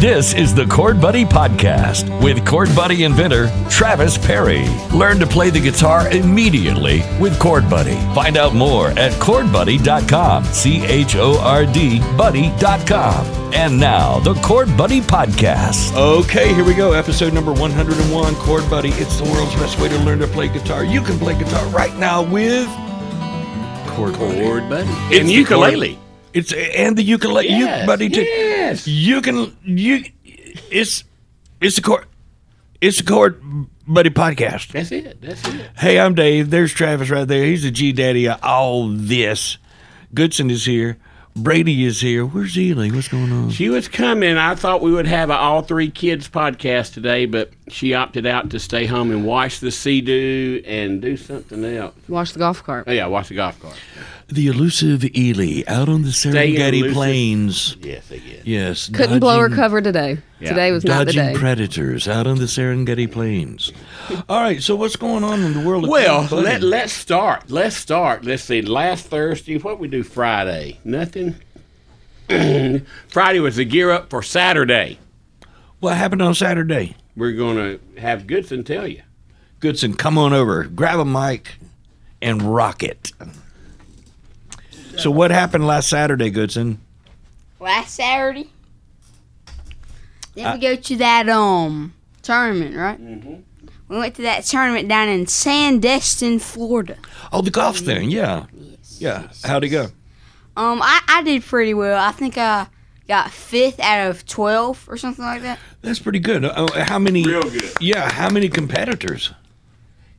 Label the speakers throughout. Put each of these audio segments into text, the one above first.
Speaker 1: This is the Chord Buddy Podcast with Chord Buddy inventor Travis Perry. Learn to play the guitar immediately with Chord Buddy. Find out more at chordbuddy.com. C H O R D buddy.com. And now, the Chord Buddy Podcast.
Speaker 2: Okay, here we go. Episode number 101 Chord Buddy. It's the world's best way to learn to play guitar. You can play guitar right now with Chord Buddy.
Speaker 3: Chord buddy.
Speaker 2: It's
Speaker 3: And
Speaker 2: the
Speaker 3: ukulele.
Speaker 2: chord- It's and the ukulele
Speaker 3: Yes,
Speaker 2: you, buddy too.
Speaker 3: yes.
Speaker 2: You can you it's it's the chord it's the chord buddy podcast.
Speaker 3: That's it. That's it.
Speaker 2: Hey, I'm Dave. There's Travis right there. He's the G Daddy of all this. Goodson is here. Brady is here. Where's Ely? What's going on?
Speaker 3: She was coming. I thought we would have an all three kids podcast today, but she opted out to stay home and wash the sea doo and do something else.
Speaker 4: Wash the golf cart.
Speaker 3: Oh yeah, wash the golf cart.
Speaker 2: The elusive Ely out on the Serengeti
Speaker 3: elusive.
Speaker 2: Plains.
Speaker 3: Yes, again.
Speaker 2: Yes.
Speaker 4: Couldn't blow her
Speaker 2: dodging-
Speaker 4: cover today.
Speaker 3: Yeah.
Speaker 4: Today was not the
Speaker 2: Dodging
Speaker 4: day.
Speaker 2: predators out on the Serengeti Plains. All right, so what's going on in the world? Of
Speaker 3: Well,
Speaker 2: Buddy?
Speaker 3: let let's start. Let's start. Let's see. Last Thursday, what we do Friday? Nothing. Friday was the gear up for Saturday.
Speaker 2: what happened on Saturday?
Speaker 3: We're gonna have Goodson tell you.
Speaker 2: Goodson, come on over, grab a mic, and rock it. So what happened last Saturday, Goodson?
Speaker 5: last Saturday. Then we go to that um tournament, right? Mm-hmm. We went to that tournament down in Sandestin, Florida.
Speaker 2: Oh, the golf thing, yeah, yeah. How'd it go?
Speaker 5: Um, I, I did pretty well. I think I got fifth out of twelve or something like that.
Speaker 2: That's pretty good. Uh, uh, how many?
Speaker 3: Real good.
Speaker 2: Yeah, how many competitors?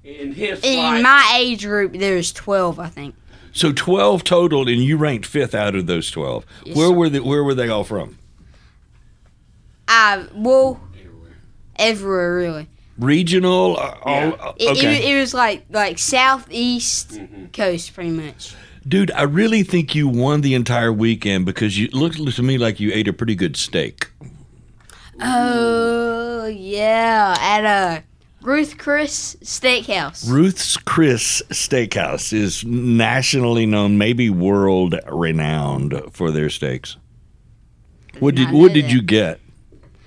Speaker 3: In his
Speaker 5: In
Speaker 3: flight-
Speaker 5: my age group, there's twelve, I think.
Speaker 2: So twelve total, and you ranked fifth out of those twelve.
Speaker 5: Yes,
Speaker 2: where
Speaker 5: sir.
Speaker 2: were they? Where were they all from?
Speaker 5: I well, everywhere really.
Speaker 2: Regional? Uh, all,
Speaker 3: Yeah.
Speaker 2: uh,
Speaker 5: It,
Speaker 2: okay.
Speaker 5: it, it was like like southeast coast, pretty much.
Speaker 2: Dude, I really think you won the entire weekend because you it looked to me like you ate a pretty good steak.
Speaker 5: Oh yeah, at a Ruth Chris Steakhouse.
Speaker 2: Ruth's Chris Steakhouse is nationally known, maybe world renowned for their steaks. What did
Speaker 5: not
Speaker 2: what
Speaker 5: know
Speaker 2: did
Speaker 5: that.
Speaker 2: you get?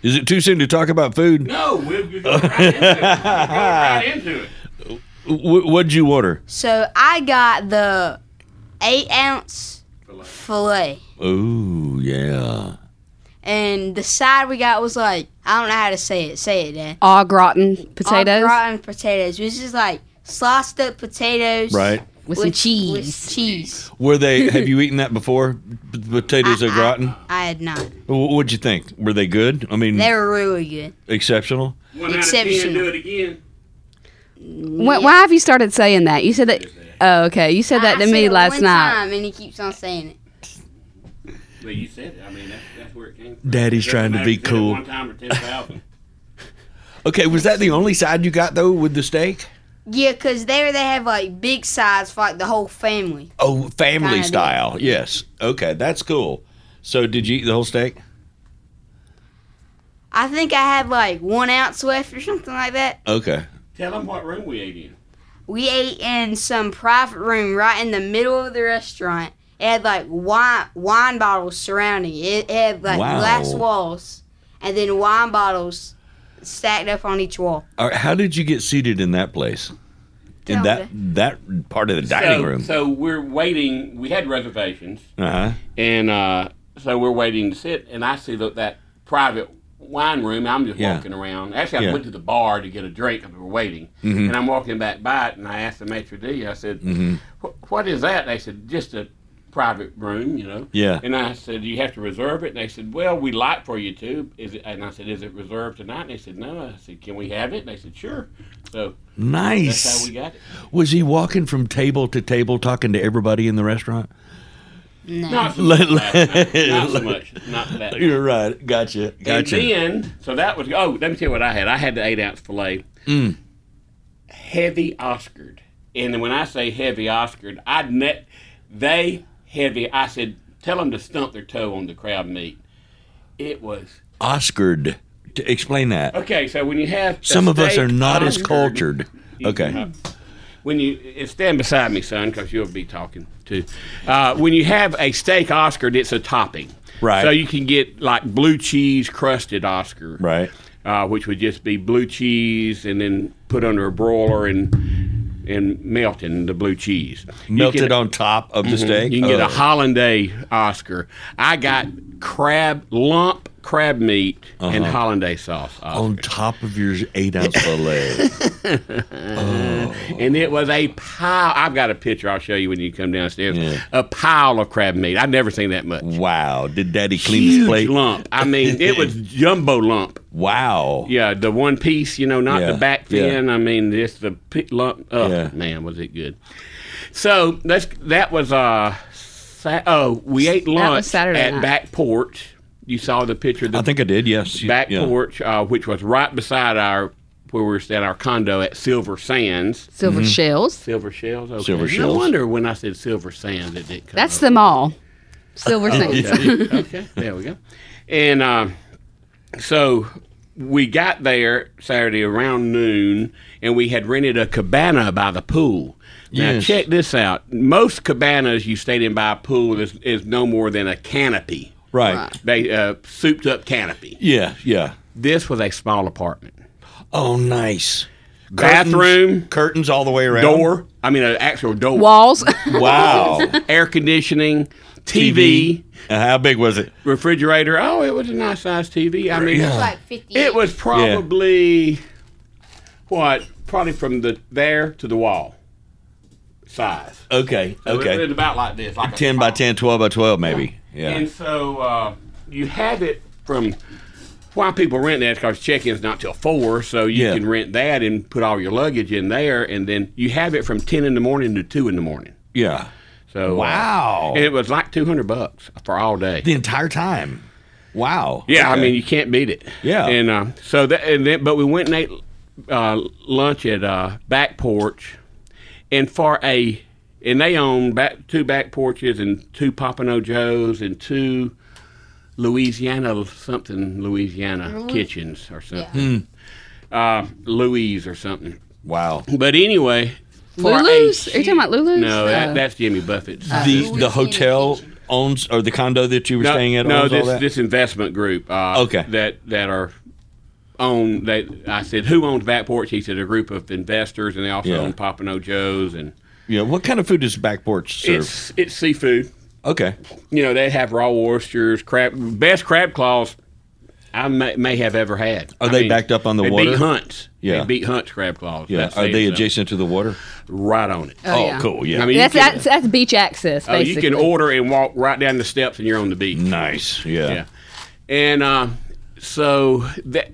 Speaker 2: Is it too soon to talk about food?
Speaker 3: No, we'll we'll go right into it. We'll go right into it.
Speaker 2: What what'd you order?
Speaker 5: So I got the eight ounce fillet,
Speaker 2: Oh yeah.
Speaker 5: and the side we got was like I don't know how to say it. Say it, Dad.
Speaker 4: Au gratin potatoes
Speaker 5: Au gratin potatoes, which is like sliced up potatoes,
Speaker 2: Right.
Speaker 4: with some cheese.
Speaker 5: With cheese.
Speaker 2: Were they have you eaten that before? P- potatoes au gratin?
Speaker 5: I had not.
Speaker 2: Wh- What'd you think? Were they good? I mean
Speaker 5: They were really good.
Speaker 2: exceptional?
Speaker 3: One out of ten,
Speaker 5: Exceptional.
Speaker 3: do it again.
Speaker 4: Why, why have you started saying that? You said that. Oh, okay. You said that
Speaker 5: I
Speaker 4: to
Speaker 5: said
Speaker 4: me
Speaker 5: it
Speaker 4: last
Speaker 5: one
Speaker 4: night.
Speaker 5: time, and he keeps on saying it.
Speaker 3: Well, you said it. I mean, that's, that's where it came from.
Speaker 2: Daddy's
Speaker 3: Doesn't
Speaker 2: trying to
Speaker 3: matter
Speaker 2: be
Speaker 3: if you said it
Speaker 2: cool.
Speaker 3: One time or 10,000.
Speaker 2: Okay, was that the only side you got though with the steak?
Speaker 5: Yeah, cause there they have like big sides for like the whole family.
Speaker 2: Oh, family
Speaker 5: Kinda.
Speaker 2: style. Yes. Okay, that's cool. So, did you eat the whole steak?
Speaker 5: I think I had like one ounce left or something like that.
Speaker 2: Okay.
Speaker 3: Tell them what room we ate in.
Speaker 5: We ate in some private room right in the middle of the restaurant. It had like wine wine bottles surrounding it. It had like
Speaker 2: Wow.
Speaker 5: glass walls and then wine bottles stacked up on each wall.
Speaker 2: All right, how did you get seated in that place? In
Speaker 5: Down
Speaker 2: that that part of the dining
Speaker 3: so,
Speaker 2: room.
Speaker 3: So we're waiting. We had reservations,
Speaker 2: uh huh.
Speaker 3: and uh, so we're waiting to sit. And I see that that private wine room. I'm just
Speaker 2: Yeah.
Speaker 3: walking around. Actually, I
Speaker 2: Yeah. Mm-hmm.
Speaker 3: went to the bar to get a drink because we were waiting. And I'm walking back by it, and I asked the maitre d. I said, "Wh- "What is that?" They said, "Just a." Private room, you know.
Speaker 2: Yeah.
Speaker 3: And I said, "You have to reserve it." And they said, "Well, we like for you to." Is it? And I said, "Is it reserved tonight?" And they said, "No." I said, "Can we have it?" And they said, "Sure." So that's how
Speaker 2: Nice.
Speaker 3: we got it.
Speaker 2: Was he walking from table to table talking to everybody in the restaurant?
Speaker 3: Not so
Speaker 2: Let-
Speaker 3: much. last night. Not so much. Not that. much.
Speaker 2: You're right. Gotcha.
Speaker 3: And
Speaker 2: Gotcha.
Speaker 3: then, so that was. Oh, let me tell you what I had. I had the eight ounce fillet,
Speaker 2: Mm.
Speaker 3: heavy Oscared. And when I say heavy Oscared, I net they heavy. I said, tell them to stump their toe on the crab meat. It was
Speaker 2: Oscared. T- Explain that.
Speaker 3: okay. So when you have a
Speaker 2: Some of us
Speaker 3: steak
Speaker 2: are not as
Speaker 3: Oscared-
Speaker 2: cultured. Okay.
Speaker 3: when you and stand beside me, son, because you'll be talking too. Uh, when you have a steak Oscar, it's a topping.
Speaker 2: Right.
Speaker 3: So you can get like blue cheese crusted Oscar.
Speaker 2: Right.
Speaker 3: Uh, which would just be blue cheese and then put under a broiler and and melt in the blue cheese. You
Speaker 2: Melted
Speaker 3: can-
Speaker 2: on top of the steak.
Speaker 3: Mm-hmm. you can get
Speaker 2: Oh.
Speaker 3: a hollandaise Oscar. I got crab lump crab meat and
Speaker 2: Uh-huh.
Speaker 3: hollandaise sauce, uh, Oscar.
Speaker 2: on top of your eight ounce fillet.
Speaker 3: and it was a pile. I've got a picture. I'll show you when you come downstairs.
Speaker 2: Yeah.
Speaker 3: A pile of crab meat. I've never seen that much.
Speaker 2: wow. Did daddy clean his
Speaker 3: Huge
Speaker 2: plate?
Speaker 3: lump. I mean, it was jumbo lump.
Speaker 2: Wow.
Speaker 3: Yeah, the one piece, you know, not
Speaker 2: Yeah,
Speaker 3: the back
Speaker 2: yeah.
Speaker 3: fin. I mean, just the pi- lump. Oh
Speaker 2: Yeah.
Speaker 3: man, was it good? So that's that was uh, sa- oh we ate lunch
Speaker 4: Saturday
Speaker 3: at
Speaker 4: night.
Speaker 3: back porch. You saw the picture. Of the
Speaker 2: I think I did. Yes. You-
Speaker 3: back
Speaker 2: yeah.
Speaker 3: porch, uh, which was right beside our where we were at our condo at Silver Sands.
Speaker 4: Silver shells.
Speaker 3: Silver Shells. Okay.
Speaker 2: Silver
Speaker 3: No
Speaker 2: Shells.
Speaker 3: wonder when I said Silver Sands, it didn't come.
Speaker 4: That's
Speaker 3: up.
Speaker 4: the mall. Silver Sands.
Speaker 3: okay. okay. Oh, There we go. And uh, so we got there Saturday around noon, and we had rented a cabana by the pool. Now
Speaker 2: Yes.
Speaker 3: check this out. Most cabanas you stayed in by a pool is, is no more than a canopy.
Speaker 2: Right.
Speaker 3: They uh, souped up canopy.
Speaker 2: Yeah. Yeah.
Speaker 3: This was a small apartment.
Speaker 2: Oh, nice.
Speaker 3: Bathroom.
Speaker 2: curtains, curtains all the way around.
Speaker 3: door. I mean, an actual door.
Speaker 4: Walls.
Speaker 2: Wow.
Speaker 3: Air conditioning, TV,
Speaker 2: Uh, How big was it?
Speaker 3: refrigerator. Oh, it was a nice size TV. I mean,
Speaker 5: It's like 50.
Speaker 3: it was probably what? Probably from the there to the wall size.
Speaker 2: Okay.
Speaker 3: So It was
Speaker 2: Okay.
Speaker 3: about like this, like a
Speaker 2: 10 by 10, 12 by 12, maybe. Yeah.
Speaker 3: And so uh, you have it from why people rent that because check-in's not till four, so you
Speaker 2: Yeah.
Speaker 3: can rent that and put all your luggage in there, and then you have it from ten in the morning to two in the morning.
Speaker 2: Yeah.
Speaker 3: So uh,
Speaker 2: Wow.
Speaker 3: and it was like two hundred bucks for all day.
Speaker 2: The entire time. Wow.
Speaker 3: Yeah, I
Speaker 2: Okay.
Speaker 3: mean you can't beat it.
Speaker 2: Yeah.
Speaker 3: and uh, so that and then but we went and ate uh, lunch at uh, back porch, and for a and they own back two back porches and two Papano Joes and two Louisiana something Louisiana kitchens or something,
Speaker 4: Hmm.
Speaker 3: uh, Louise or something.
Speaker 2: wow.
Speaker 3: But anyway, for a
Speaker 4: Lulu's? Are you
Speaker 3: huge-
Speaker 4: talking about Lulu's? uh,
Speaker 3: No, that,
Speaker 4: Oh.
Speaker 3: that's Jimmy Buffett's.
Speaker 2: The the hotel owns or the condo that you were staying at
Speaker 3: no,
Speaker 2: owns
Speaker 3: this
Speaker 2: all that?
Speaker 3: this investment group. Uh,
Speaker 2: Okay.
Speaker 3: That that are own that I said who owns Back Porch? He said a group of investors, and they also
Speaker 2: Yeah.
Speaker 3: own Papano Joe's, and
Speaker 2: yeah. What kind of food does back porch serve?
Speaker 3: it's it's seafood.
Speaker 2: okay.
Speaker 3: You know they have raw oysters, crab, best crab claws I may, may have ever had.
Speaker 2: Are
Speaker 3: I
Speaker 2: they backed up on the
Speaker 3: they
Speaker 2: water?
Speaker 3: Beat Hunts.
Speaker 2: Yeah.
Speaker 3: They beat Hunts crab claws.
Speaker 2: Yeah.
Speaker 3: That's
Speaker 2: Are
Speaker 3: it,
Speaker 2: they
Speaker 3: so
Speaker 2: adjacent to the water?
Speaker 3: Right on it.
Speaker 4: Oh, yeah.
Speaker 2: cool. Yeah.
Speaker 3: I mean,
Speaker 4: That's,
Speaker 3: you can,
Speaker 4: that's that's beach access.
Speaker 3: uh,
Speaker 4: Basically.
Speaker 3: you can order and walk right down the steps, and you're on the beach.
Speaker 2: nice. Yeah.
Speaker 3: yeah. And uh, so that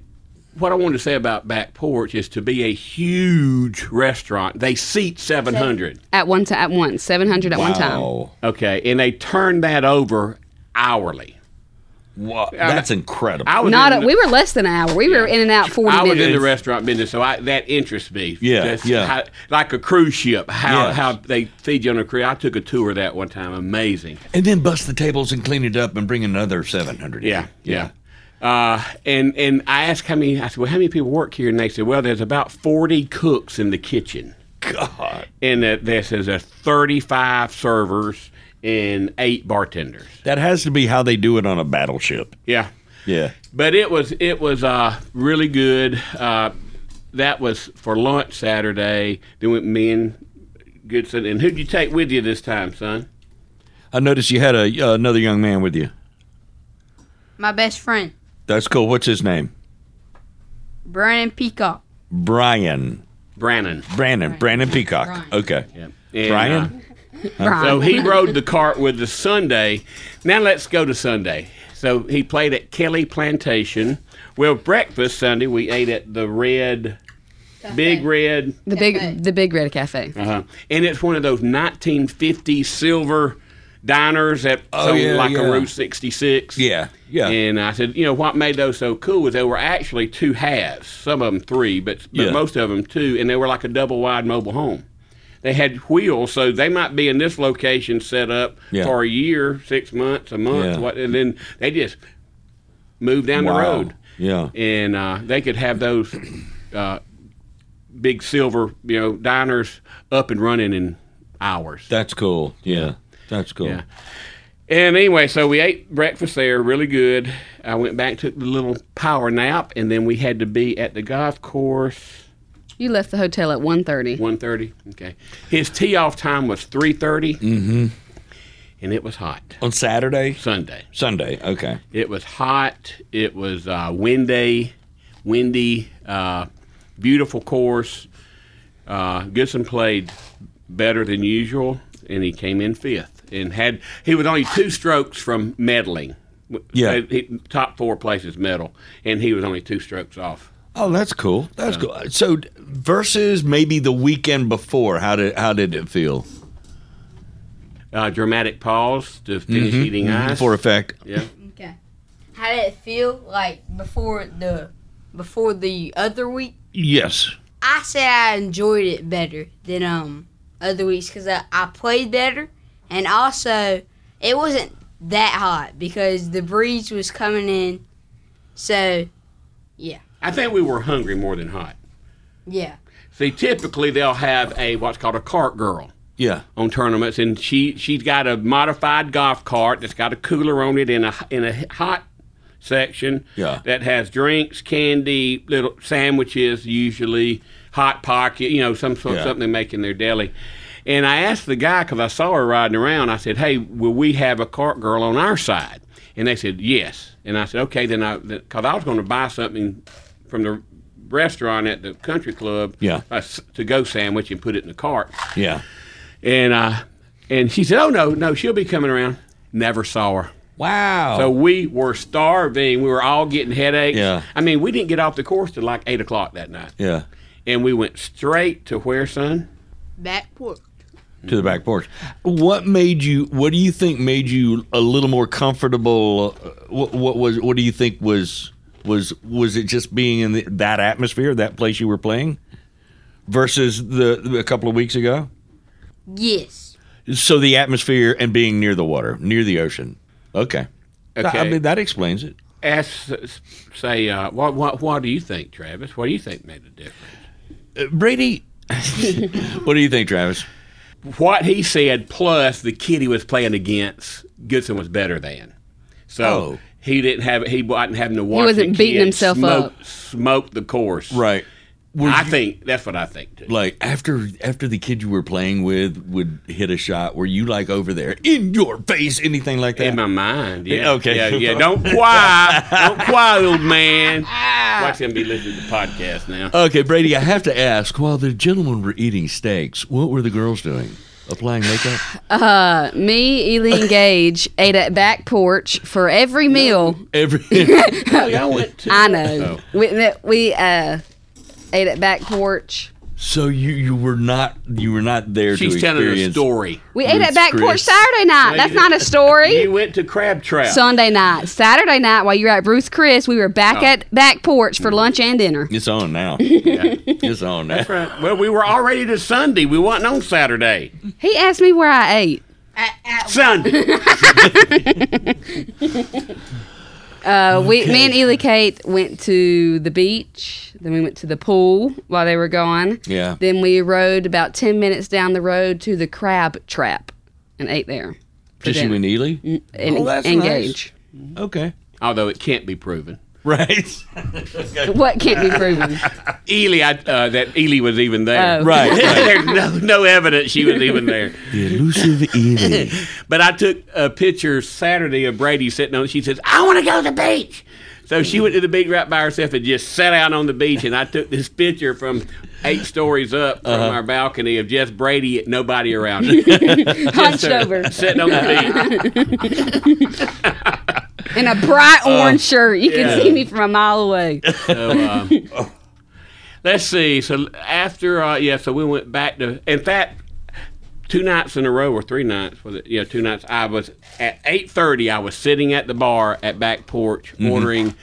Speaker 3: what I wanted to say about back porch is to be a huge restaurant. They seat seven hundred.
Speaker 4: at one time, at once, seven hundred at one time.
Speaker 2: Wow.
Speaker 3: Okay, and they turn that over hourly.
Speaker 2: Wow. That's incredible.
Speaker 3: I was
Speaker 4: Not
Speaker 3: in
Speaker 4: a,
Speaker 3: the,
Speaker 4: we were less than an hour. We were in and out forty
Speaker 3: I was
Speaker 4: minutes.
Speaker 3: in the restaurant business, so I, that interests me.
Speaker 2: Yeah,
Speaker 3: That's
Speaker 2: yeah.
Speaker 3: how- like a cruise ship, how
Speaker 2: Yes.
Speaker 3: how they feed you on a cruise. I took a tour of that one time. Amazing.
Speaker 2: and then bust the tables and clean it up and bring another 700. in.
Speaker 3: Yeah, yeah. Uh, and and I asked how many. I said, "Well, how many people work here?" And they said, "Well, there's about forty cooks in the kitchen."
Speaker 2: God.
Speaker 3: and that this is a 35 servers and eight bartenders.
Speaker 2: That has to be how they do it on a battleship.
Speaker 3: Yeah,
Speaker 2: Yeah.
Speaker 3: but it was it was uh, really good. Uh, that was for lunch Saturday. Then went me and Goodson. And who'd you take with you this time, son?
Speaker 2: I noticed you had a uh, another young man with you.
Speaker 5: My best friend,
Speaker 2: That's cool. What's his name?
Speaker 5: Brandon Peacock.
Speaker 2: Brian.
Speaker 3: Brannon.
Speaker 2: Brandon. Brandon Peacock. Okay.
Speaker 3: And,
Speaker 2: Brian?
Speaker 3: uh,
Speaker 4: Right.
Speaker 3: So he rode the cart with the Sunday. Now let's go to Sunday. So he played at Kelly Plantation. Well, breakfast Sunday we ate at the Red, Big Red.
Speaker 4: the big the big red cafe.
Speaker 3: Uh-huh. And it's one of those 1950 silver diners that sold
Speaker 2: Oh, yeah,
Speaker 3: like
Speaker 2: yeah.
Speaker 3: a Route 66.
Speaker 2: Yeah. Yeah.
Speaker 3: And I said, you know, what made those so cool was they were actually two halves, some of them three, but, but
Speaker 2: Yeah.
Speaker 3: most of them two, and they were like a double wide mobile home. They had wheels, so they might be in this location set up
Speaker 2: Yeah.
Speaker 3: for a year, six months, a month,
Speaker 2: Yeah.
Speaker 3: what, and then they just moved down
Speaker 2: Wow.
Speaker 3: the road
Speaker 2: Yeah.
Speaker 3: and uh, they could have those uh, big silver, you know, diners up and running in hours.
Speaker 2: That's cool. Yeah. That's cool.
Speaker 3: Yeah. And anyway, so we ate breakfast there, really good. I went back, took the little power nap, and then we had to be at the golf course
Speaker 4: You left the hotel at 1.30.
Speaker 3: 1.30. Okay. His tee off time was 3.30. Mm-hmm. And it was hot.
Speaker 2: On Saturday?
Speaker 3: Sunday.
Speaker 2: Sunday. Okay.
Speaker 3: It was hot. It was uh, windy, windy, uh, beautiful course. Uh, Goodson played better than usual, and he came in fifth. And had he was only two strokes from medaling.
Speaker 2: Yeah.
Speaker 3: He- he- top four places medal, and he was only two strokes off.
Speaker 2: Oh, that's cool. That's cool. So versus maybe the weekend before, how did how did it feel?
Speaker 3: Uh, dramatic pause to finish eating ice.
Speaker 2: Mm-hmm. For effect.
Speaker 3: yeah.
Speaker 5: Okay. How did it feel like before the before the other week?
Speaker 2: Yes.
Speaker 5: I said I enjoyed it better than um other weeks because I, I played better and also it wasn't that hot because the breeze was coming in. So
Speaker 3: I think we were hungry more than hot.
Speaker 5: yeah,
Speaker 3: See, typically they'll have a what's called a cart girl.
Speaker 2: Yeah.
Speaker 3: on tournaments, and she she's got a modified golf cart that's got a cooler on it in a in a hot section.
Speaker 2: Yeah.
Speaker 3: that has drinks, candy, little sandwiches, usually hot pocket, you know, some sort
Speaker 2: Yeah.
Speaker 3: something they make in their deli. And I asked the guy because I saw her riding around. I said, "Hey, will we have a cart girl on our side?" And they said, "Yes." And I said, "Okay, then I because I was going to buy something from the restaurant at the country club
Speaker 2: Yeah.
Speaker 3: a s- to go sandwich and put it in the cart
Speaker 2: Yeah.
Speaker 3: and uh, and she said, "Oh no, no, she'll be coming around." Never saw her.
Speaker 2: Wow.
Speaker 3: So we were starving. We were all getting headaches.
Speaker 2: Oh. Yeah.
Speaker 3: I mean, we didn't get off the course till like eight o'clock that night,
Speaker 2: yeah.
Speaker 3: and we went straight to where, son?
Speaker 5: back porch.
Speaker 2: To the back porch. What made you what do you think made you a little more comfortable uh, what, what was what do you think was was was it just being in the, that atmosphere, that place you were playing versus the a couple of weeks ago?
Speaker 5: Yes.
Speaker 2: So the atmosphere and being near the water, near the ocean. Okay.
Speaker 3: Okay.
Speaker 2: I mean that explains it.
Speaker 3: Ask, say, uh, what, what, what do you think, Travis? What do you think made the difference?
Speaker 2: Uh, Brady, what do you think, Travis?
Speaker 3: What he said, plus the kid he was playing against, Goodson was better than. So.
Speaker 2: Oh.
Speaker 3: He didn't have he wasn't having to watch.
Speaker 4: wasn't
Speaker 3: the
Speaker 4: beating
Speaker 3: kid
Speaker 4: himself
Speaker 3: smoke, up. Smoked the course.
Speaker 2: Right. Were
Speaker 3: I
Speaker 2: you-
Speaker 3: think that's what I think too.
Speaker 2: like after after the kid you were playing with would hit a shot, were you like over there in your face, anything like that?
Speaker 3: In my mind, yeah.
Speaker 2: Okay.
Speaker 3: Yeah, yeah. Don't cry. Don't cry, old man.
Speaker 2: Ah.
Speaker 3: Watch him be listening to the podcast now.
Speaker 2: okay, Brady, I have to ask. While the gentlemen were eating steaks, what were the girls doing? Applying makeup?
Speaker 4: Me, Eileen Gage, ate at back porch for every meal.
Speaker 2: Every
Speaker 3: Oh, y'all went to
Speaker 4: I know. We, we uh, ate at back porch.
Speaker 2: so you you were not you were not there to
Speaker 3: She's telling a
Speaker 2: experience
Speaker 3: story.
Speaker 4: We ate at
Speaker 2: Ruth's
Speaker 4: back porch
Speaker 2: Chris.
Speaker 4: Saturday night. That's not a story.
Speaker 3: You went to Crab Trap.
Speaker 4: Sunday night, Saturday night, while you were at Bruce Chris, we were back
Speaker 2: Oh.
Speaker 4: at back porch for lunch and dinner.
Speaker 2: It's on now. It's on now.
Speaker 3: Right. Well, we were already to Sunday. We wasn't on Saturday.
Speaker 4: He asked me where I ate.
Speaker 3: Sunday.
Speaker 4: Uh, we, me and Ely Kate went to the beach. Then we went to the pool while they were gone.
Speaker 2: Yeah.
Speaker 4: Then we rode about ten minutes down the road to the crab trap and ate there. for
Speaker 2: Just you
Speaker 4: dinner.
Speaker 2: and Ely?
Speaker 4: and,
Speaker 2: Oh, that's
Speaker 4: and
Speaker 2: nice.
Speaker 4: Gage.
Speaker 2: Okay.
Speaker 3: Although it can't be proven.
Speaker 2: Right.
Speaker 4: What can't be proven?
Speaker 3: Ely, I, uh, that Ely was even there.
Speaker 4: Oh.
Speaker 2: Right.
Speaker 3: There's no, no evidence she was even there.
Speaker 2: The elusive Ely.
Speaker 3: But I took a picture Saturday of Brady sitting on. She says, "I want to go to the beach." So she went to the beach right by herself and just sat out on the beach. And I took this picture from eight stories up from our balcony of just Brady, and nobody around, her,
Speaker 4: Hunched over
Speaker 3: sitting on the beach.
Speaker 4: in a bright
Speaker 2: Um,
Speaker 4: orange shirt. You
Speaker 3: yeah.
Speaker 4: can see me from a mile away.
Speaker 3: Let's see. So after, uh, yeah, so we went back to. In fact, two nights in a row or three nights was it? Yeah, two nights. I was at eight thirty. I was sitting at the bar at back porch
Speaker 2: Mm-hmm.
Speaker 3: ordering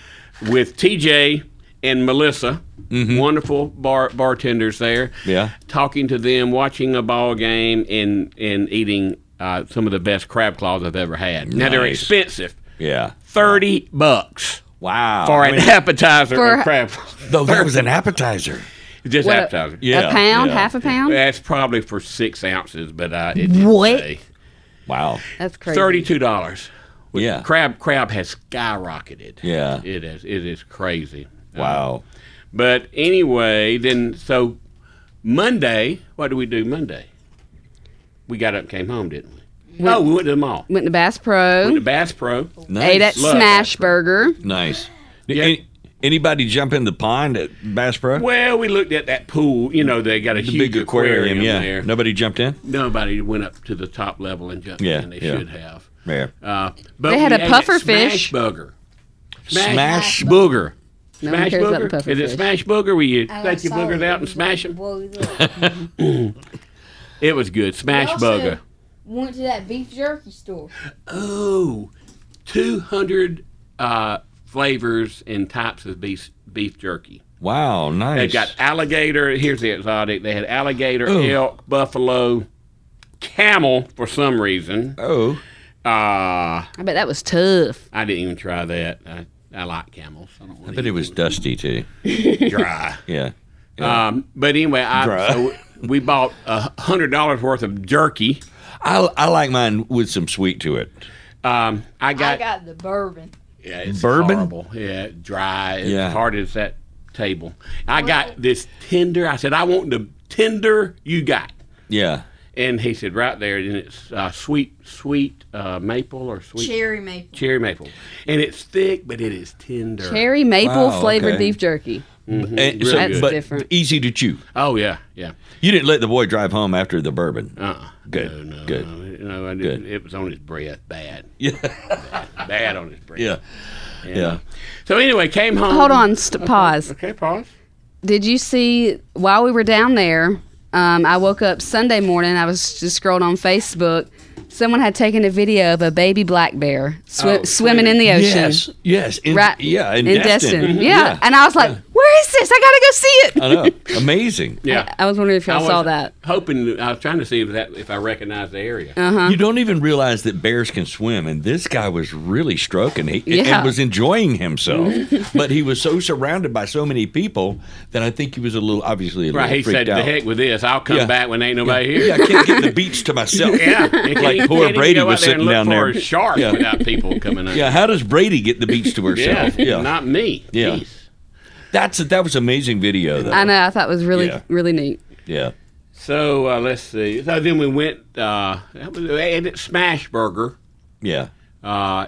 Speaker 3: with TJ and Melissa. Wonderful bar bartenders there.
Speaker 2: Mm-hmm. Yeah.
Speaker 3: talking to them, watching a ball game, and and eating uh, some of the best crab claws I've ever had. Now they're
Speaker 2: Nice.
Speaker 3: expensive.
Speaker 2: Yeah.
Speaker 3: Thirty bucks
Speaker 2: Wow.
Speaker 3: for
Speaker 2: I
Speaker 3: an
Speaker 2: mean,
Speaker 3: appetizer
Speaker 4: For-
Speaker 3: of crab.
Speaker 2: though that was an appetizer.
Speaker 3: It's just
Speaker 4: What, a-
Speaker 3: appetizer.
Speaker 2: Yeah,
Speaker 4: a pound,
Speaker 2: yeah.
Speaker 4: half a pound.
Speaker 3: That's probably for six ounces, but uh, it didn't
Speaker 5: What?
Speaker 3: say.
Speaker 2: Wow.
Speaker 4: That's crazy.
Speaker 3: Thirty-two dollars.
Speaker 2: Yeah.
Speaker 3: Crab crab has skyrocketed.
Speaker 2: Yeah.
Speaker 3: it is. It is crazy.
Speaker 2: Wow.
Speaker 3: But anyway, then so Monday, what did we do Monday? We got up and came home, didn't we? No, we went to the mall.
Speaker 4: Went to Bass Pro.
Speaker 3: Went to Bass Pro.
Speaker 2: Nice.
Speaker 4: ate at
Speaker 3: Love
Speaker 4: Smash
Speaker 3: Bass Pro.
Speaker 4: Burger.
Speaker 2: Nice.
Speaker 3: Yeah.
Speaker 2: Any- anybody jump in the pond at Bass Pro?
Speaker 3: Well, we looked at that pool. You know, they got a
Speaker 2: the
Speaker 3: huge
Speaker 2: big aquarium, yeah.
Speaker 3: there.
Speaker 2: Nobody jumped in?
Speaker 3: Nobody went up to the top level and jumped
Speaker 2: Yeah,
Speaker 3: in. They
Speaker 2: yeah.
Speaker 3: should have.
Speaker 2: Yeah.
Speaker 3: Uh, but
Speaker 4: They had
Speaker 3: we
Speaker 4: a
Speaker 3: ate
Speaker 4: puffer
Speaker 3: at Smash
Speaker 4: fish.
Speaker 3: Burger.
Speaker 2: Smash
Speaker 3: booger.
Speaker 4: No one
Speaker 3: smash
Speaker 4: cares about
Speaker 3: booger.
Speaker 4: the puffer
Speaker 3: is it
Speaker 4: fish.
Speaker 3: smash booger where you
Speaker 5: I
Speaker 3: take your
Speaker 5: saw
Speaker 3: boogers
Speaker 5: it.
Speaker 3: out and smash them?
Speaker 5: Whoa, look.
Speaker 3: It was good. Smash
Speaker 5: also-
Speaker 3: booger.
Speaker 5: Went to that beef jerky store.
Speaker 3: Oh, 200 uh, flavors and types of beef, beef jerky.
Speaker 2: Wow, nice.
Speaker 3: They got alligator. Here's the exotic. They had alligator, elk, buffalo, camel for some reason.
Speaker 2: oh.
Speaker 3: Uh,
Speaker 4: I bet that was tough.
Speaker 3: I didn't even try that. I, I like camels. I don't want
Speaker 2: But it was dusty too.
Speaker 3: dry.
Speaker 2: Yeah.
Speaker 3: Um, but anyway,
Speaker 2: Dry.
Speaker 3: I, so we bought a hundred dollars worth of jerky.
Speaker 2: I I like mine with some sweet to it.
Speaker 3: Um, I got,
Speaker 5: I got the bourbon.
Speaker 3: yeah, it's
Speaker 2: Bourbon?
Speaker 3: horrible. Yeah, dry. It's
Speaker 2: Yeah.
Speaker 3: As hard as that table. I got this tender. I said, I want the tender you got.
Speaker 2: Yeah.
Speaker 3: And he said, right there. And it's uh, sweet, sweet uh, maple or sweet
Speaker 5: Cherry maple.
Speaker 3: cherry maple. And it's thick, but it is tender.
Speaker 4: Cherry maple
Speaker 2: Wow,
Speaker 4: flavored
Speaker 2: okay.
Speaker 4: beef jerky.
Speaker 3: Mm-hmm.
Speaker 2: And so-
Speaker 4: That's
Speaker 2: but
Speaker 4: different.
Speaker 2: easy to chew.
Speaker 3: Oh, yeah, yeah.
Speaker 2: You didn't let the boy drive home after the bourbon.
Speaker 3: Uh-uh.
Speaker 2: Good,
Speaker 3: No, no,
Speaker 2: good,
Speaker 3: No, no, I didn't.
Speaker 2: good.
Speaker 3: It was on his breath. Bad.
Speaker 2: Yeah.
Speaker 3: Bad on his breath.
Speaker 2: Yeah. Yeah.
Speaker 3: So anyway, came home.
Speaker 4: Hold on, st- pause.
Speaker 3: Okay, pause.
Speaker 4: Did you see while we were down there? Um, I woke up Sunday morning. I was just scrolling on Facebook. Someone had taken a video of a baby black bear swi-
Speaker 3: Oh,
Speaker 4: swimming in the ocean.
Speaker 2: Yes. Yes. In,
Speaker 4: Right.
Speaker 2: Yeah. In,
Speaker 4: in
Speaker 2: Destin. Mm-hmm.
Speaker 4: Destin. Yeah. And I was like, where is this? I got to go see it.
Speaker 2: I know. Amazing.
Speaker 3: Yeah.
Speaker 4: I was wondering if y'all
Speaker 3: was
Speaker 4: saw that.
Speaker 3: Hoping I was trying to see if that if I recognized the area.
Speaker 4: Uh-huh.
Speaker 2: You don't even realize that bears can swim, and this guy was really stroking. He
Speaker 4: Yeah.
Speaker 2: and was enjoying himself, but he was so surrounded by so many people that I think he was a little, obviously, a little
Speaker 3: Right. He
Speaker 2: freaked
Speaker 3: said,
Speaker 2: out.
Speaker 3: "The heck with this. I'll come
Speaker 2: Yeah.
Speaker 3: back when ain't nobody here."
Speaker 2: yeah, I can't get the beach to myself.
Speaker 3: Yeah,
Speaker 2: Like poor Brady was sitting down there.
Speaker 3: Sharp
Speaker 2: Yeah.
Speaker 3: without people coming up.
Speaker 2: Yeah, how does Brady get the beach to
Speaker 3: yeah,
Speaker 2: herself? Yeah,
Speaker 3: not me.
Speaker 2: Yeah.
Speaker 3: Jeez.
Speaker 2: that's a, that was amazing video though.
Speaker 4: I know. I thought it was really,
Speaker 2: Yeah.
Speaker 4: really neat.
Speaker 2: Yeah,
Speaker 3: So uh, let's see. So then we went. Uh, that was- they had it Smash Burger,
Speaker 2: yeah.
Speaker 3: uh,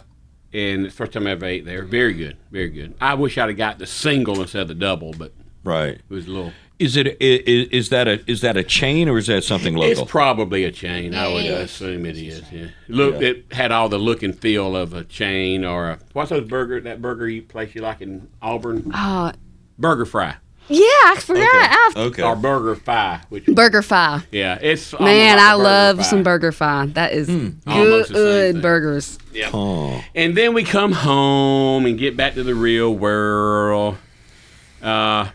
Speaker 3: and it's the first time I ever ate there. Very good, very good. I wish I'd have got the single instead of the double, but
Speaker 2: Right.
Speaker 3: it was a little.
Speaker 2: Is it is, is that a is that a chain or is that something local?
Speaker 3: It's probably a chain. I would
Speaker 5: Yeah.
Speaker 3: assume it is. Yeah. Look, it had all the look and feel of a chain or a what's those burger that burger you place you like in Auburn?
Speaker 4: Oh,
Speaker 3: Burger Fry
Speaker 4: yeah, I forgot. I-
Speaker 2: okay. Oh.
Speaker 3: or Burger Fry, which
Speaker 4: Burger Fi.
Speaker 3: yeah, it's almost
Speaker 4: Man,
Speaker 3: like a
Speaker 4: I
Speaker 3: Burger
Speaker 4: love
Speaker 3: Fry.
Speaker 4: some Burger Fi. That is
Speaker 2: Hmm.
Speaker 3: Almost the same
Speaker 4: good
Speaker 3: thing.
Speaker 4: burgers.
Speaker 2: Oh,
Speaker 3: And then we come home and get back to the real world. Uh,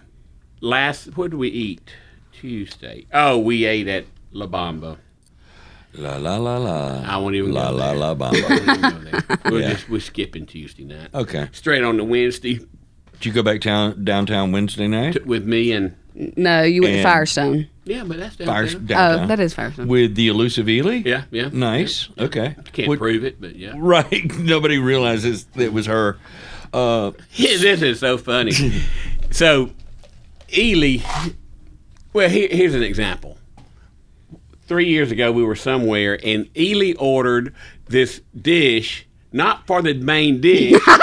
Speaker 3: last what did we eat Tuesday? Oh, we ate at La Bamba.
Speaker 2: la la la la.
Speaker 3: I won't even
Speaker 2: La
Speaker 3: go
Speaker 2: la
Speaker 3: there.
Speaker 2: la bamba.
Speaker 3: I won't even go there. We're
Speaker 2: Yeah.
Speaker 3: just we're skipping Tuesday night.
Speaker 2: Okay.
Speaker 3: Straight on to Wednesday
Speaker 2: Did you go back town downtown Wednesday night?
Speaker 3: t- with me and
Speaker 4: No, you went
Speaker 2: And-
Speaker 4: to Firestone.
Speaker 3: Yeah, but that's down
Speaker 2: Fire,
Speaker 3: there.
Speaker 2: downtown.
Speaker 4: Oh, that is Firestone.
Speaker 2: with the elusive Ely.
Speaker 3: Yeah, yeah.
Speaker 2: Nice. Okay.
Speaker 3: Can't
Speaker 2: What-
Speaker 3: prove it, but yeah.
Speaker 2: Right. Nobody realizes it was her. Uh,
Speaker 3: Yeah, this is so funny. so, Ely, well, here, here's an example. Three years ago, we were somewhere, and Ely ordered this dish, not for the main dish,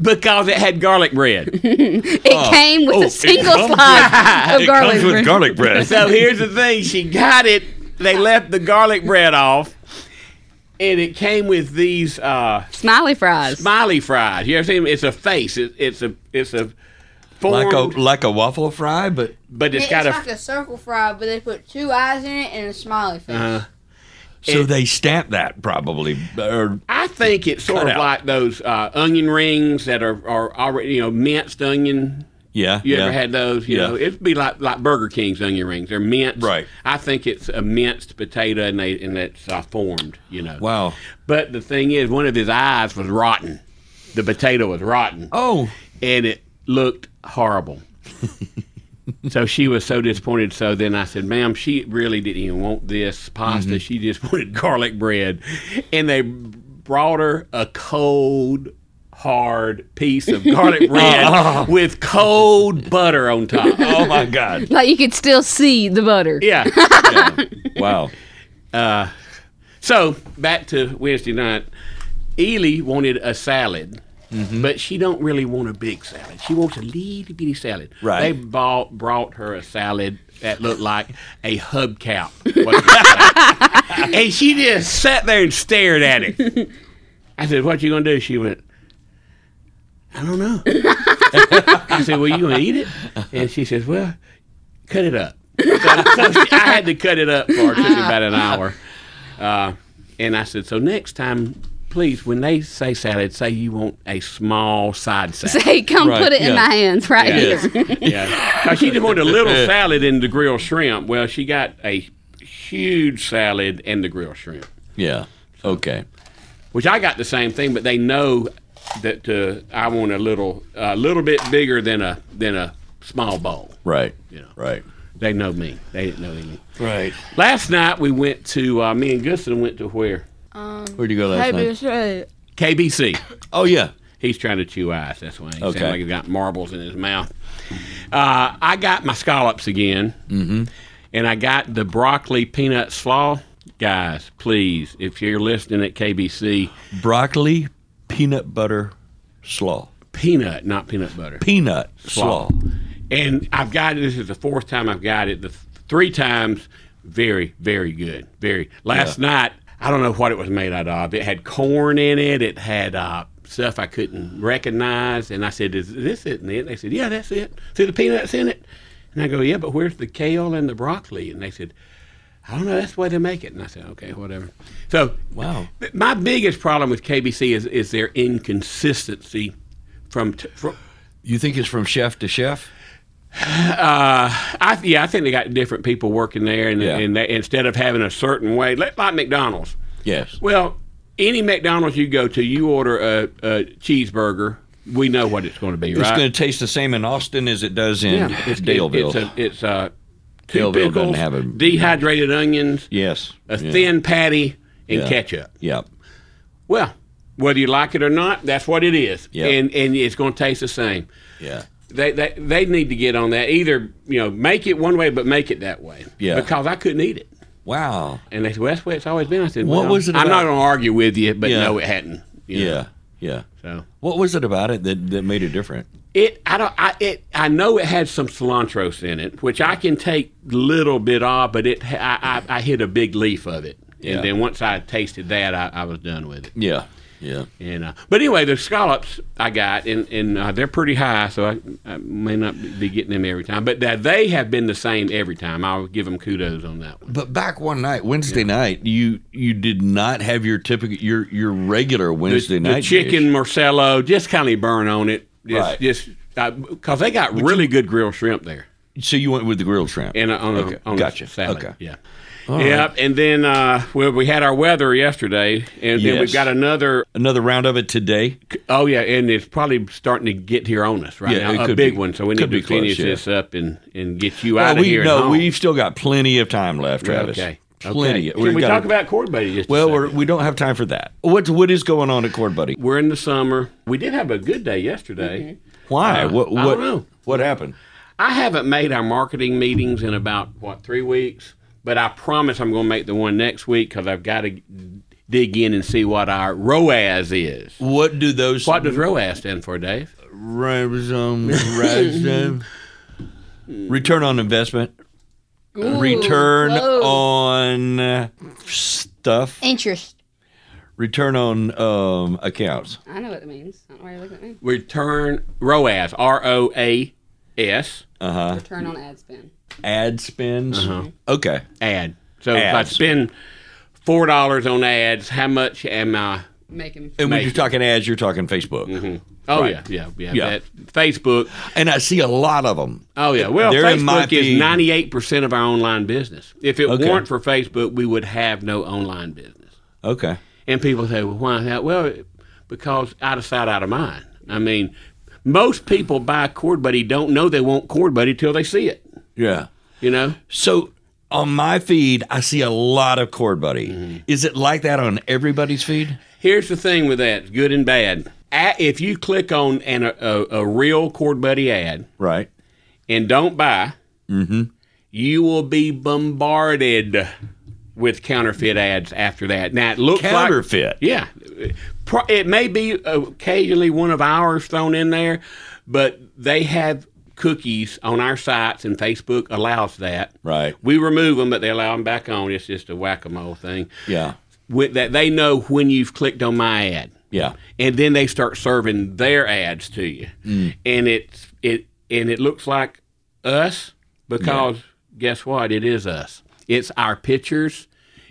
Speaker 3: because it had garlic bread.
Speaker 4: it came with
Speaker 2: oh,
Speaker 4: a
Speaker 2: it
Speaker 4: single
Speaker 2: comes
Speaker 4: slice of
Speaker 2: it
Speaker 4: garlic
Speaker 2: comes with
Speaker 4: bread.
Speaker 2: garlic bread.
Speaker 3: So, here's the thing she got it, they left the garlic bread off, and it came with these. Uh,
Speaker 4: Smiley fries.
Speaker 3: Smiley fries. You ever seen them? It's a face. It, it's a it's a form,
Speaker 2: like a like a waffle fry, but
Speaker 3: but it's
Speaker 5: It's
Speaker 3: got
Speaker 5: like
Speaker 3: a.
Speaker 5: a circle fry, but they put two eyes in it and a smiley face.
Speaker 3: Uh-huh.
Speaker 2: so
Speaker 3: It-
Speaker 2: they stamp that probably. Or,
Speaker 3: I think it's sort of
Speaker 2: out.
Speaker 3: like those uh, onion rings that are, are already you know minced onion.
Speaker 2: yeah.
Speaker 3: You
Speaker 2: yeah.
Speaker 3: ever had those? You
Speaker 2: Yeah.
Speaker 3: know, it'd be like like Burger King's onion rings. They're minced.
Speaker 2: Right.
Speaker 3: I think it's a minced potato and they and it's uh, formed. You know.
Speaker 2: Wow.
Speaker 3: But the thing is, one of his eyes was rotten. The potato was rotten,
Speaker 2: Oh.
Speaker 3: and it looked horrible. so she was so disappointed. So then I said, "Ma'am, she really didn't even want this pasta. She just wanted garlic bread." And they brought her a cold, hard piece of garlic bread with cold butter on top.
Speaker 2: Oh my God!
Speaker 4: Like you could still see the butter.
Speaker 3: Yeah.
Speaker 2: Wow.
Speaker 3: So back to Wednesday night. Ely wanted a salad, but she don't really want a big salad. She wants a little bitty salad.
Speaker 2: Right.
Speaker 3: They bought, brought her a salad that looked like a hubcap, was the salad. and she just sat there and stared at it. I said, "What you gonna do?" She went, "I don't know." I said, "Well, you gonna eat it?" And she says, "Well, cut it up." So, so she- I had to cut it up for her. It took me about an hour. Uh, and I said, so next time, please, when they say salad, say you want a small side salad.
Speaker 4: Say, come
Speaker 2: Right,
Speaker 4: put it
Speaker 2: yeah.
Speaker 4: in my hands right
Speaker 3: Yes.
Speaker 4: here.
Speaker 3: yeah. 'Cause she just wanted a little salad and the grilled shrimp. Well, she got a huge salad and the grilled shrimp,
Speaker 2: Yeah. Okay.
Speaker 3: which I got the same thing, but they know that uh, I want a little, a little bit bigger than a than a small bowl.
Speaker 2: Right.
Speaker 3: You know.
Speaker 2: Right.
Speaker 3: They know me. They didn't know me.
Speaker 2: Right.
Speaker 3: Last night we went to uh, me and Guston went to where
Speaker 2: Where'd you go last night?
Speaker 3: KBC.
Speaker 2: Oh yeah.
Speaker 3: He's trying to chew ice. That's why he
Speaker 2: Okay.
Speaker 3: sounds like he's got marbles in his mouth. Uh, I got my scallops again, mm-hmm. and I got the broccoli peanut slaw. Guys, please, if you're listening at KBC,
Speaker 2: Broccoli, peanut butter, slaw.
Speaker 3: peanut, not peanut butter.
Speaker 2: Peanut slaw.
Speaker 3: And I've got it. This is the fourth time I've got it. The th- three times, very, very good. Very. Last night, I don't know what it was made out of. It had corn in it. It had uh, stuff I couldn't recognize. And I said, "Is this it?" And they said, "Yeah, that's it. See the peanuts in it." And I go, "Yeah, but where's the kale and the broccoli?" And they said, "I don't know. That's the way they make it." And I said, "Okay, whatever." So
Speaker 2: Wow.
Speaker 3: Th- My biggest problem with KBC is is their inconsistency from. T- from
Speaker 2: You think it's from chef to chef?
Speaker 3: I yeah, I think they got different people working there, and,
Speaker 2: Yeah.
Speaker 3: and they, instead of having a certain way, like, like McDonald's.
Speaker 2: Yes.
Speaker 3: Well, any McDonald's you go to, you order a, a cheeseburger. We know what it's going to be,
Speaker 2: It's
Speaker 3: right?
Speaker 2: going to taste the same in Austin as it does in
Speaker 3: it's
Speaker 2: Daleville.
Speaker 3: It's a, it's a two
Speaker 2: Daleville doesn't
Speaker 3: pickles,
Speaker 2: have a-
Speaker 3: dehydrated onions,
Speaker 2: yes.
Speaker 3: a
Speaker 2: Yeah.
Speaker 3: thin patty, and
Speaker 2: Yeah.
Speaker 3: ketchup.
Speaker 2: Yep.
Speaker 3: Well, whether you like it or not, that's what it is,
Speaker 2: Yeah.
Speaker 3: and and it's going to taste the same.
Speaker 2: Yeah.
Speaker 3: They, they they need to get on that. Either you know, make it one way, but make it that way.
Speaker 2: Yeah.
Speaker 3: Because I couldn't eat it.
Speaker 2: Wow.
Speaker 3: And they said, well, that's the way it's always been. I said,
Speaker 2: What
Speaker 3: well,
Speaker 2: was it
Speaker 3: I'm
Speaker 2: about-
Speaker 3: not going to argue with you, but
Speaker 2: Yeah.
Speaker 3: no, it hadn't. you know,
Speaker 2: Yeah. Yeah.
Speaker 3: So
Speaker 2: What was it about it that, that made it different?
Speaker 3: it, I don't, I, it, I know it had some cilantro in it, which I can take little bit off, but it, I, I, I hit a big leaf of it.
Speaker 2: Yeah.
Speaker 3: And then once I tasted that, I, I was done with it.
Speaker 2: Yeah. Yeah.
Speaker 3: And uh, but anyway, the scallops I got, and and uh, they're pretty high, so I, I may not be getting them every time. But that they have been the same every time. I'll give them kudos on that one.
Speaker 2: But back one night, Wednesday night, you you did not have your typical your your regular Wednesday
Speaker 3: the,
Speaker 2: night
Speaker 3: the
Speaker 2: dish.
Speaker 3: chicken Marcello, just kind of burn on it. Just,
Speaker 2: Right.
Speaker 3: just because they got really good grilled shrimp there,
Speaker 2: So you went with the grilled shrimp.
Speaker 3: and uh, on a, on a
Speaker 2: Gotcha.
Speaker 3: salad.
Speaker 2: Okay.
Speaker 3: Yeah. yep. And then uh, well, we had our weather yesterday, and then
Speaker 2: Yes.
Speaker 3: we've got another.
Speaker 2: Another round of it today.
Speaker 3: Oh yeah, and it's probably starting to get here on us right
Speaker 2: Yeah, it
Speaker 3: now. A
Speaker 2: could
Speaker 3: big
Speaker 2: be-
Speaker 3: one, so we
Speaker 2: could
Speaker 3: need
Speaker 2: be
Speaker 3: to
Speaker 2: close,
Speaker 3: finish
Speaker 2: yeah.
Speaker 3: this up and and get you
Speaker 2: Well,
Speaker 3: out of
Speaker 2: we
Speaker 3: here.
Speaker 2: no,
Speaker 3: and home.
Speaker 2: we've still got plenty of time left, Travis.
Speaker 3: okay.
Speaker 2: Plenty.
Speaker 3: Okay.
Speaker 2: We've
Speaker 3: Can we
Speaker 2: got
Speaker 3: talk
Speaker 2: a-
Speaker 3: about cord buddy? Just a
Speaker 2: Well,
Speaker 3: second?
Speaker 2: we're, we don't have time for that. What's what is going on at Cord Buddy?
Speaker 3: we're in the summer. We did have a good day yesterday.
Speaker 2: Why?
Speaker 3: Uh,
Speaker 2: what?
Speaker 3: I
Speaker 2: What?
Speaker 3: don't know.
Speaker 2: What happened?
Speaker 3: I haven't made our marketing meetings in about what three weeks, but I promise I'm going to make the one next week because I've got to dig in and see what our ROAS is.
Speaker 2: What do those?
Speaker 3: What does ROAS stand for, Dave?
Speaker 2: ribosome, ribosome. return on investment? return
Speaker 5: close.
Speaker 2: on uh, stuff?
Speaker 5: Interest.
Speaker 2: Return on um, accounts?
Speaker 4: I know what it means. I don't know why you're looking at me.
Speaker 3: Return ROAS, R O A S,
Speaker 2: Uh,
Speaker 4: Return on ad spend.
Speaker 2: Ad spends? Okay.
Speaker 3: ad. So if I
Speaker 2: Ads.
Speaker 3: spend four dollars on ads, how much am I?
Speaker 4: Making.
Speaker 2: And when
Speaker 3: Make
Speaker 2: you're
Speaker 3: it.
Speaker 2: talking ads, you're talking Facebook.
Speaker 3: Oh yeah, yeah, yeah.
Speaker 2: Yeah.
Speaker 3: That, Facebook.
Speaker 2: And I see a lot of them.
Speaker 3: Oh yeah. Well,
Speaker 2: They're in my
Speaker 3: Facebook is
Speaker 2: feed.
Speaker 3: ninety-eight percent of our online business. If it
Speaker 2: Okay.
Speaker 3: weren't for Facebook, we would have no online business.
Speaker 2: Okay.
Speaker 3: And people say, well, why is that? Well, because out of sight, out of mind. I mean, most people buy cord buddy don't know they want cord buddy till they see it.
Speaker 2: Yeah.
Speaker 3: You know,
Speaker 2: So on my feed, I see a lot of Cord Buddy.
Speaker 3: Mm-hmm.
Speaker 2: Is it like that on everybody's feed?
Speaker 3: here's the thing with that, good and bad. A- If you click on an, a, a, a real cord buddy ad
Speaker 2: Right.
Speaker 3: and don't buy, you will be bombarded with counterfeit ads after that. Now it looks like
Speaker 2: Counterfeit.
Speaker 3: Yeah, Pro- it may be occasionally one of ours thrown in there, but they have cookies on our sites, and Facebook allows that.
Speaker 2: Right.
Speaker 3: We remove them, but they allow them back on. It's just a whack a mole thing.
Speaker 2: Yeah.
Speaker 3: With that, they know when you've clicked on my ad.
Speaker 2: Yeah.
Speaker 3: And then they start serving their ads to you, and it's it and it looks like us because guess what? It is us. It's our pictures.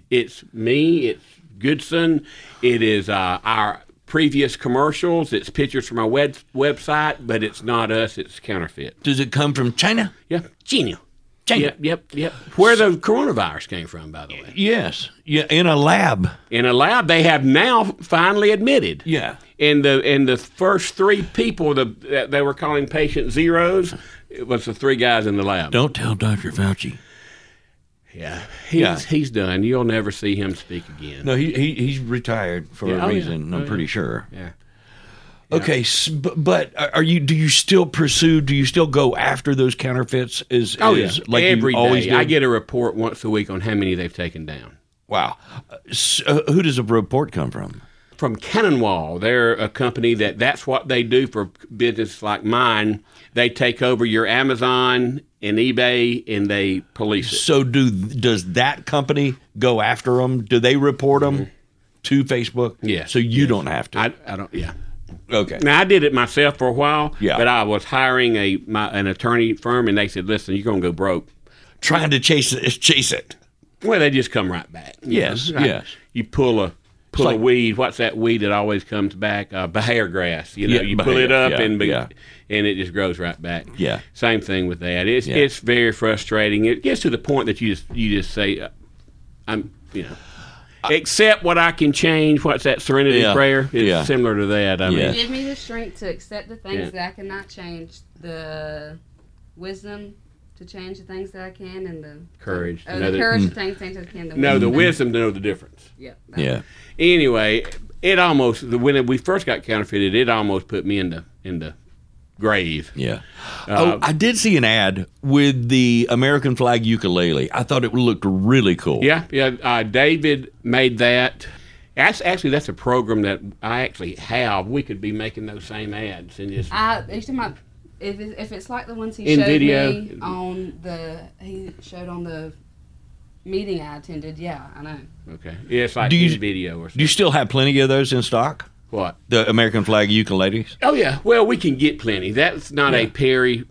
Speaker 3: It's me. It's Goodson. It is uh, our previous commercials. It's pictures from our web- website, but it's not us. It's counterfeit.
Speaker 2: Does it come from China?
Speaker 3: Yeah, Genial.
Speaker 2: China.
Speaker 3: Yep, yep, yep. Where the coronavirus came from, by the way.
Speaker 2: Yes. Yeah. In a lab.
Speaker 3: In a lab, they have now finally admitted.
Speaker 2: Yeah.
Speaker 3: And the and the first three people the, that they were calling patient zeros it was the three guys in the lab.
Speaker 2: Don't tell Dr. Fauci.
Speaker 3: Yeah. He's,
Speaker 2: Yeah.
Speaker 3: he's done. You'll never see him speak again.
Speaker 2: No, he, he he's retired for
Speaker 3: Yeah,
Speaker 2: a
Speaker 3: oh, yeah.
Speaker 2: reason.
Speaker 3: Oh,
Speaker 2: I'm
Speaker 3: yeah.
Speaker 2: pretty sure.
Speaker 3: Yeah.
Speaker 2: Okay, s- b- but are are you? Do you still pursue? Do you still go after those counterfeits? Is
Speaker 3: Oh, yeah.
Speaker 2: is, like you
Speaker 3: Every
Speaker 2: always
Speaker 3: day,
Speaker 2: did?
Speaker 3: I get a report once a week on how many they've taken down.
Speaker 2: wow. Uh, s- uh, who does a report come from?
Speaker 3: from Cannonwall. They're a company that that's what they do for business like mine. They take over your Amazon and eBay and they police it.
Speaker 2: So do does that company go after them? Do they report them to Facebook?
Speaker 3: Yeah.
Speaker 2: So you don't have to.
Speaker 3: Mm-hmm. I, I don't. Yeah.
Speaker 2: okay.
Speaker 3: Now I did it myself for a while.
Speaker 2: Yeah.
Speaker 3: But I was hiring a my, an attorney firm and they said, "Listen, you're gonna go broke."
Speaker 2: Trying to chase it, chase it.
Speaker 3: Well, they just come right back. you
Speaker 2: Yes,
Speaker 3: right?
Speaker 2: yes.
Speaker 3: You pull a pull
Speaker 2: like-
Speaker 3: a weed. What's that weed that always comes back? Uh, Bahia grass. You know,
Speaker 2: Yeah,
Speaker 3: you pull it
Speaker 2: bahia,
Speaker 3: up
Speaker 2: yeah,
Speaker 3: and be-
Speaker 2: yeah.
Speaker 3: and it just grows right back.
Speaker 2: Yeah.
Speaker 3: Same thing with that. It's
Speaker 2: Yeah.
Speaker 3: it's very frustrating. It gets to the point that you just you just say, uh, I'm you know. Accept what I can change. What's that Serenity
Speaker 2: Yeah,
Speaker 3: Prayer? It's
Speaker 2: yeah.
Speaker 3: similar to that. I
Speaker 2: Yeah.
Speaker 3: mean,
Speaker 4: Give me the strength to accept the things
Speaker 3: Yeah.
Speaker 4: that I cannot change, the wisdom to change the things that I can, and the
Speaker 3: Courage to
Speaker 4: Oh,
Speaker 3: know
Speaker 4: the
Speaker 3: that-
Speaker 4: courage to change things that I can. The
Speaker 3: no, the
Speaker 2: Mm-hmm.
Speaker 4: wisdom.
Speaker 3: wisdom to know the difference.
Speaker 4: Yeah.
Speaker 2: Yeah.
Speaker 3: anyway, it almost the- when we first got counterfeited, it almost put me in the in the grave.
Speaker 2: Yeah.
Speaker 3: Uh,
Speaker 2: oh, I did see an ad with the American flag ukulele. I thought it looked really cool.
Speaker 3: Yeah, yeah. Uh, David made that. That's actually that's a program that I actually have. We could be making those same ads and just
Speaker 4: I, are you talking about if it's, if it's like the ones he
Speaker 3: In
Speaker 4: showed
Speaker 3: video.
Speaker 4: me on the he showed on the meeting I attended? Yeah, I know.
Speaker 3: okay. Yeah, it's like
Speaker 2: Do you-
Speaker 3: in video or
Speaker 2: Do you
Speaker 3: something.
Speaker 2: still have plenty of those in stock?
Speaker 3: What?
Speaker 2: The American flag ukuleles?
Speaker 3: Oh yeah. Well, we can get plenty. That's not a Perry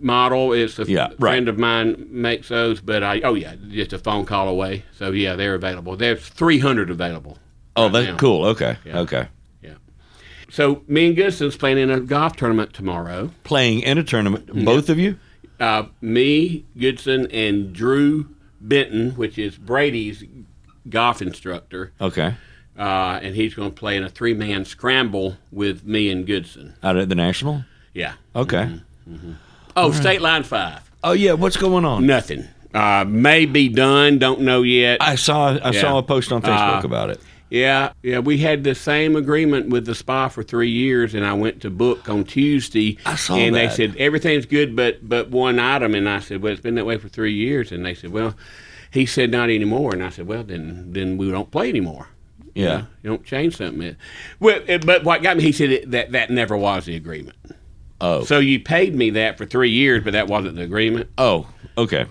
Speaker 3: model. It's a
Speaker 2: Yeah, right.
Speaker 3: friend of mine makes those. But I oh yeah, just a phone call away. So yeah, they're available. There's 300 available.
Speaker 2: Oh,
Speaker 3: right
Speaker 2: that's
Speaker 3: now.
Speaker 2: cool. Okay.
Speaker 3: Yeah.
Speaker 2: Okay.
Speaker 3: Yeah. So me and Guston's playing in a golf tournament tomorrow.
Speaker 2: Playing in a tournament, both of you?
Speaker 3: Uh, me, Goodson, and Drew Benton, which is Brady's golf instructor,
Speaker 2: Okay.
Speaker 3: uh, and he's going to play in a three-man scramble with me and Goodson.
Speaker 2: Out at the National?
Speaker 3: Yeah.
Speaker 2: Okay.
Speaker 3: Mm-hmm. Oh, state line five.
Speaker 2: Oh, yeah. What's going on?
Speaker 3: Nothing. Uh, may be done. Don't know yet.
Speaker 2: I saw I
Speaker 3: Yeah.
Speaker 2: saw a post on Facebook
Speaker 3: Uh,
Speaker 2: about it.
Speaker 3: Yeah, yeah, we had the same agreement with the spa for three years, and I went to book on Tuesday.
Speaker 2: I saw
Speaker 3: and they
Speaker 2: that.
Speaker 3: said everything's good, but but one item. And I said, well, it's been that way for three years. And they said, well, he said not anymore. And I said, well, then then we don't play anymore.
Speaker 2: Yeah.
Speaker 3: You don't change something. Well, it- but what got me, he said it, that that never was the agreement.
Speaker 2: Oh.
Speaker 3: So you paid me that for three years, but that wasn't the agreement.
Speaker 2: Oh, okay.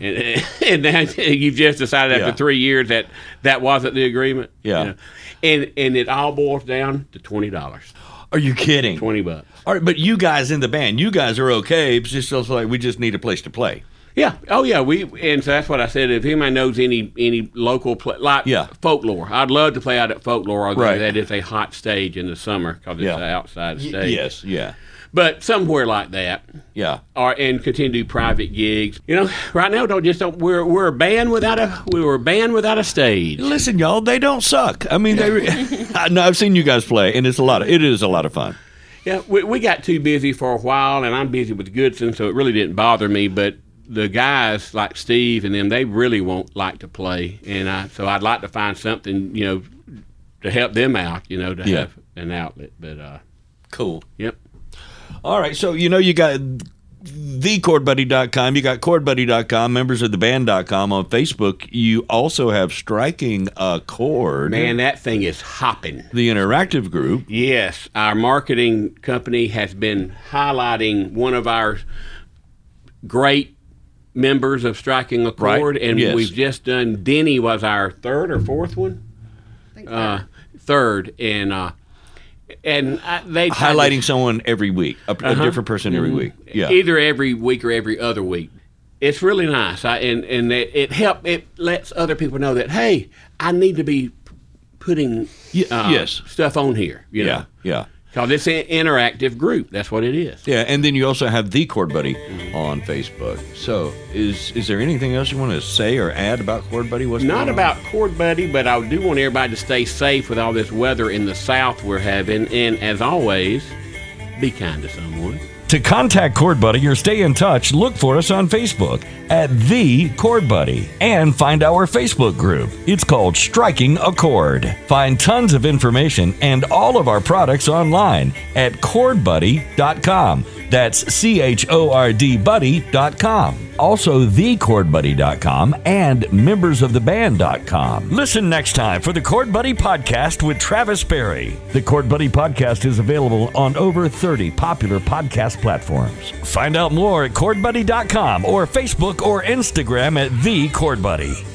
Speaker 3: And, and now you've just decided after
Speaker 2: Yeah.
Speaker 3: three years that that wasn't the agreement.
Speaker 2: Yeah.
Speaker 3: know. And and it all boils down to twenty dollars,
Speaker 2: Are you kidding?
Speaker 3: twenty bucks.
Speaker 2: All right, but you guys in the band, you guys are okay. It's just also like we just need a place to play.
Speaker 3: Yeah. Oh yeah. We and so that's what I said. If anybody knows any any local pla like
Speaker 2: Yeah.
Speaker 3: folklore, I'd love to play out at folklore. Although
Speaker 2: Right.
Speaker 3: That is a hot stage in the summer because it's
Speaker 2: Yeah.
Speaker 3: an outside
Speaker 2: Y-
Speaker 3: stage.
Speaker 2: yes. Yeah.
Speaker 3: But somewhere like that.
Speaker 2: Yeah.
Speaker 3: Or, and continue to do private gigs. You know, right now don't just don't, we're we're a band without a we were a band without a stage.
Speaker 2: Listen, y'all, they don't suck. I mean, they. I, no, I've seen you guys play, and it's a lot. Of, it is a lot of fun.
Speaker 3: Yeah, we, we got too busy for a while, and I'm busy with Goodson, so it really didn't bother me. But the guys like Steve and them, they really won't like to play, and I, so I'd like to find something, you know, to help them out, you know, to
Speaker 6: Yeah.
Speaker 3: have an outlet. But uh,
Speaker 6: Cool.
Speaker 3: yep.
Speaker 6: All right. So, you know, you got thechordbuddy.com, you got chordbuddy.com, members of the band.com on Facebook. You also have Striking a Chord,
Speaker 3: Man, that thing is hopping.
Speaker 6: the interactive group.
Speaker 3: Yes, our marketing company has been highlighting one of our great members of Striking a
Speaker 6: Right,
Speaker 3: Chord, and
Speaker 6: yes.
Speaker 3: we've just done. Denny was our third or fourth one. Uh, third, and uh, and I, they tried to-
Speaker 6: Highlighting someone every week, a, a different person every week. Yeah.
Speaker 3: either every week or every other week. It's really nice, I, and and it, it help it lets other people know that hey, I need to be putting
Speaker 6: Ye-
Speaker 3: uh,
Speaker 6: yes.
Speaker 3: stuff on here. You
Speaker 6: yeah.
Speaker 3: know?
Speaker 6: Yeah.
Speaker 3: Because it's an interactive group. That's what it is.
Speaker 6: Yeah, and then you also have the Chord Buddy on Facebook. So, is is there anything else you want to say or add about Chord Buddy? What's
Speaker 3: Not
Speaker 6: going on?
Speaker 3: about cord buddy, but I do want everybody to stay safe with all this weather in the south we're having. And as always, be kind to someone.
Speaker 2: To contact Chord Buddy or stay in touch, look for us on Facebook at The Chord Buddy and find our Facebook group. It's called Striking a Chord. Find tons of information and all of our products online at chordbuddy.com. That's C H O R D buddy.com. Also, thechordbuddy.com and membersoftheband.com. Listen next time for the Chord Buddy Podcast with Travis Berry. The Chord Buddy Podcast is available on over 30 popular podcast platforms. Find out more at chordbuddy.com or Facebook or Instagram at The Chord Buddy.